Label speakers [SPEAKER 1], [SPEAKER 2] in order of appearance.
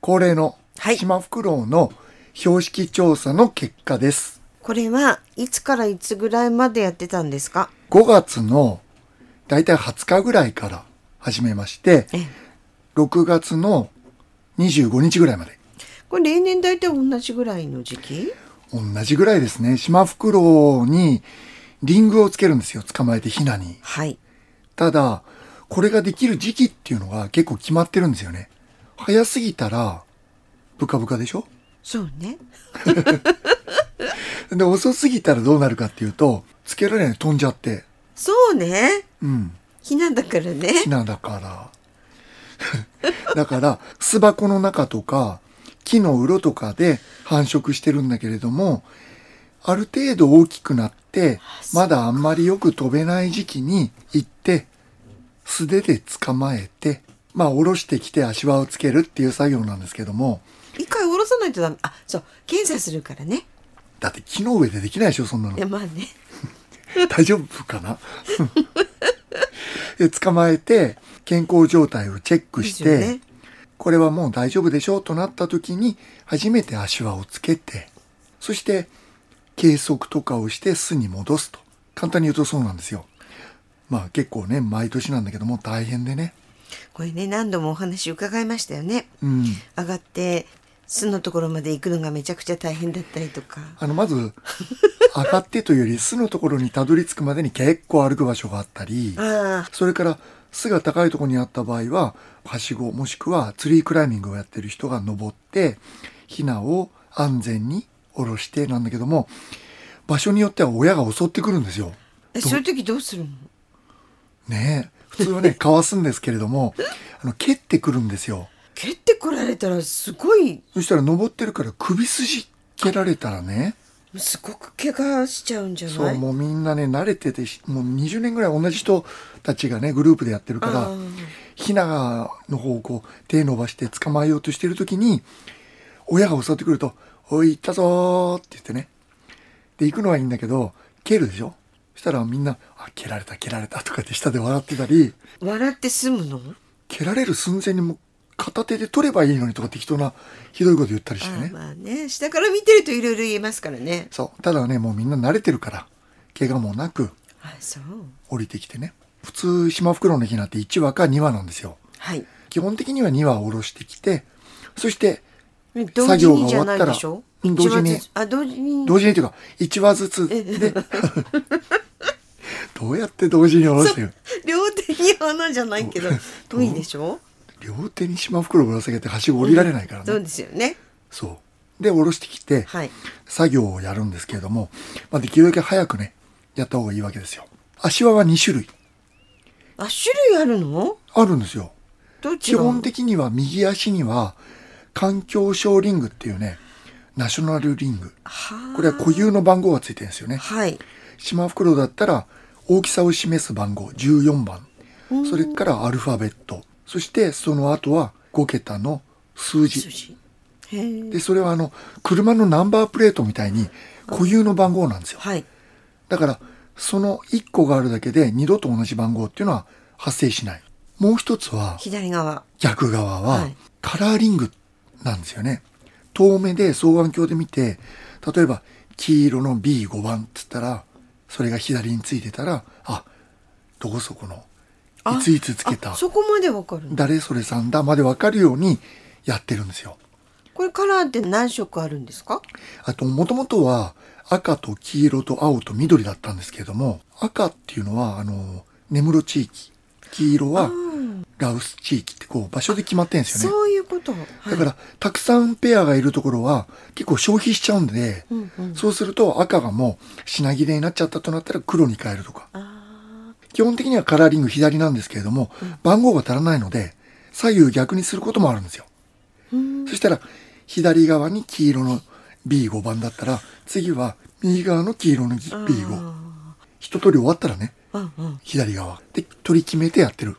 [SPEAKER 1] 恒例の
[SPEAKER 2] はい
[SPEAKER 1] 島フクロウの標識調査の結果です。
[SPEAKER 2] これはいつからいつぐらいまでやってたんですか
[SPEAKER 1] 5月のだいたい20日ぐらいから始めまして、
[SPEAKER 2] ええ
[SPEAKER 1] 6月の25日ぐらいまで。
[SPEAKER 2] これ例年大体同じぐらいの時期
[SPEAKER 1] 同じぐらいですね。島フクロウにリングをつけるんですよ。捕まえてヒナに。
[SPEAKER 2] はい
[SPEAKER 1] ただ、これができる時期っていうのが結構決まってるんですよね。早すぎたら、ブカブカでしょ
[SPEAKER 2] そうね
[SPEAKER 1] で、遅すぎたらどうなるかっていうと、つけられない飛んじゃって。
[SPEAKER 2] そうね
[SPEAKER 1] うん。
[SPEAKER 2] ひなだからね
[SPEAKER 1] ヒナだから。 だから、巣箱の中とか、木のうろとかで繁殖してるんだけれども、ある程度大きくなって、まだあんまりよく飛べない時期に行って、素手で捕まえて、まあ、下ろしてきて足輪をつけるっていう作業なんですけども、
[SPEAKER 2] 一回下ろさないとダメあそう検査するからね
[SPEAKER 1] だって木の上でできないでしょ、そんなの
[SPEAKER 2] いや。まあね
[SPEAKER 1] 大丈夫かな で捕まえて、健康状態をチェックし
[SPEAKER 2] いい
[SPEAKER 1] て、
[SPEAKER 2] ですよね
[SPEAKER 1] これはもう大丈夫でしょうとなった時に、初めて足輪をつけて、そして、計測とかをして巣に戻すと。簡単に言うとそうなんですよ。まあ結構ね、毎年なんだけども大変でね。
[SPEAKER 2] これね何度もお話伺いましたよね
[SPEAKER 1] うん。
[SPEAKER 2] 上がって巣のところまで行くのがめちゃくちゃ大変だったりとか
[SPEAKER 1] あの、まず、上がってというより巣のところにたどり着くまでに結構歩く場所があったり、
[SPEAKER 2] ああ
[SPEAKER 1] それから巣が高いところにあった場合は、はしごもしくはツリークライミングをやってる人が登って、ヒナを安全に下ろしてなんだけども、場所によっては親が襲ってくるんですよ。
[SPEAKER 2] えそういう時どうするの
[SPEAKER 1] ねえ。普通はね、かわすんですけれども、あの、蹴ってくるんですよ。
[SPEAKER 2] 蹴ってこられたらすごい
[SPEAKER 1] そしたら登ってるから首筋蹴られたらね、
[SPEAKER 2] すごく怪我しちゃうんじゃ
[SPEAKER 1] そ
[SPEAKER 2] な
[SPEAKER 1] う、
[SPEAKER 2] い
[SPEAKER 1] もうみんなね、慣れててし、もう20年ぐらい同じ人たちがね、グループでやってるから
[SPEAKER 2] あー、
[SPEAKER 1] ヒナがの方をこう、手伸ばして捕まえようとしてる時に、親が襲ってくると、おい、行ったぞーって言ってね。で、行くのはいいんだけど、蹴るでしょそしたらみんな、あ、蹴られた、蹴られたとかって下で笑ってたり、
[SPEAKER 2] 笑って済むの
[SPEAKER 1] 蹴られる寸前にもう片手で取ればいいのにとか適当な、ひどいこと言ったりして
[SPEAKER 2] あ
[SPEAKER 1] ね。
[SPEAKER 2] まあね下から見てるといろいろ言えますからね
[SPEAKER 1] そう。ただね、もうみんな慣れてるから、怪我もなく、
[SPEAKER 2] あそう
[SPEAKER 1] 降りてきてね普通シマフクロウのヒナって1羽か2羽なんですよ
[SPEAKER 2] はい
[SPEAKER 1] 基本的には2羽下ろしてきてそして
[SPEAKER 2] 同時にじゃないでしょ
[SPEAKER 1] 作業が終わったら
[SPEAKER 2] 一番ずつあ同時に
[SPEAKER 1] 同時にというか1羽ずつで どうやって同時に下ろしてる
[SPEAKER 2] 両手に花じゃないけど
[SPEAKER 1] どう
[SPEAKER 2] いいでしょ
[SPEAKER 1] 両手にシマフクロウぶら下げてはしご降りられないから
[SPEAKER 2] そう
[SPEAKER 1] ね
[SPEAKER 2] ですよね
[SPEAKER 1] そうで下ろしてきて、
[SPEAKER 2] はい
[SPEAKER 1] 作業をやるんですけれども、まあ、できるだけ早くねやった方がいいわけですよ足輪は2種類
[SPEAKER 2] あ種類あるの
[SPEAKER 1] あるんですよ
[SPEAKER 2] どっち
[SPEAKER 1] 基
[SPEAKER 2] が
[SPEAKER 1] 本的には右足には環境省リングっていうねナショナルリング
[SPEAKER 2] はあ
[SPEAKER 1] これは固有の番号がついてるんですよね
[SPEAKER 2] はい
[SPEAKER 1] シマフクロウだったら大きさを示す番号14番それからアルファベットそしてその後は5桁の数字
[SPEAKER 2] 筋へえ
[SPEAKER 1] でそれはあの車のナンバープレートみたいに固有の番号なんですよ
[SPEAKER 2] はい
[SPEAKER 1] だからその1個があるだけで二度と同じ番号っていうのは発生しないもう一つは
[SPEAKER 2] 左側
[SPEAKER 1] 逆側
[SPEAKER 2] は
[SPEAKER 1] はいカラーリングなんですよね。遠目で双眼鏡で見て、例えば黄色の B5 番って言ったら、それが左についてたら、あ、どこそこの、
[SPEAKER 2] あ
[SPEAKER 1] いついつつけ
[SPEAKER 2] あ
[SPEAKER 1] た、
[SPEAKER 2] そこまでわかるの
[SPEAKER 1] 誰それさんだまでわかるようにやってるんですよ。
[SPEAKER 2] これカラーって何色あるんですか
[SPEAKER 1] あと、もともとは赤と黄色と青と緑だったんですけれども、赤っていうのは、あの、根室地域、黄色は羅臼地域ってこう場所で決まってるんですよね。
[SPEAKER 2] そういうこと
[SPEAKER 1] だから、たくさんペアがいるところは、結構消費しちゃうんで、
[SPEAKER 2] うんうん
[SPEAKER 1] そうすると赤がもう品切れになっちゃったとなったら黒に変えるとか。
[SPEAKER 2] あ
[SPEAKER 1] 基本的にはカラーリング左なんですけれども、番号が足らないので、左右逆にすることもあるんですよ。
[SPEAKER 2] ーうん
[SPEAKER 1] そしたら、左側に黄色の B5 番だったら、次は右側の黄色の B5。
[SPEAKER 2] あ
[SPEAKER 1] 一通り終わったらね、
[SPEAKER 2] ーうんうん
[SPEAKER 1] 左側で取り決めてやってる。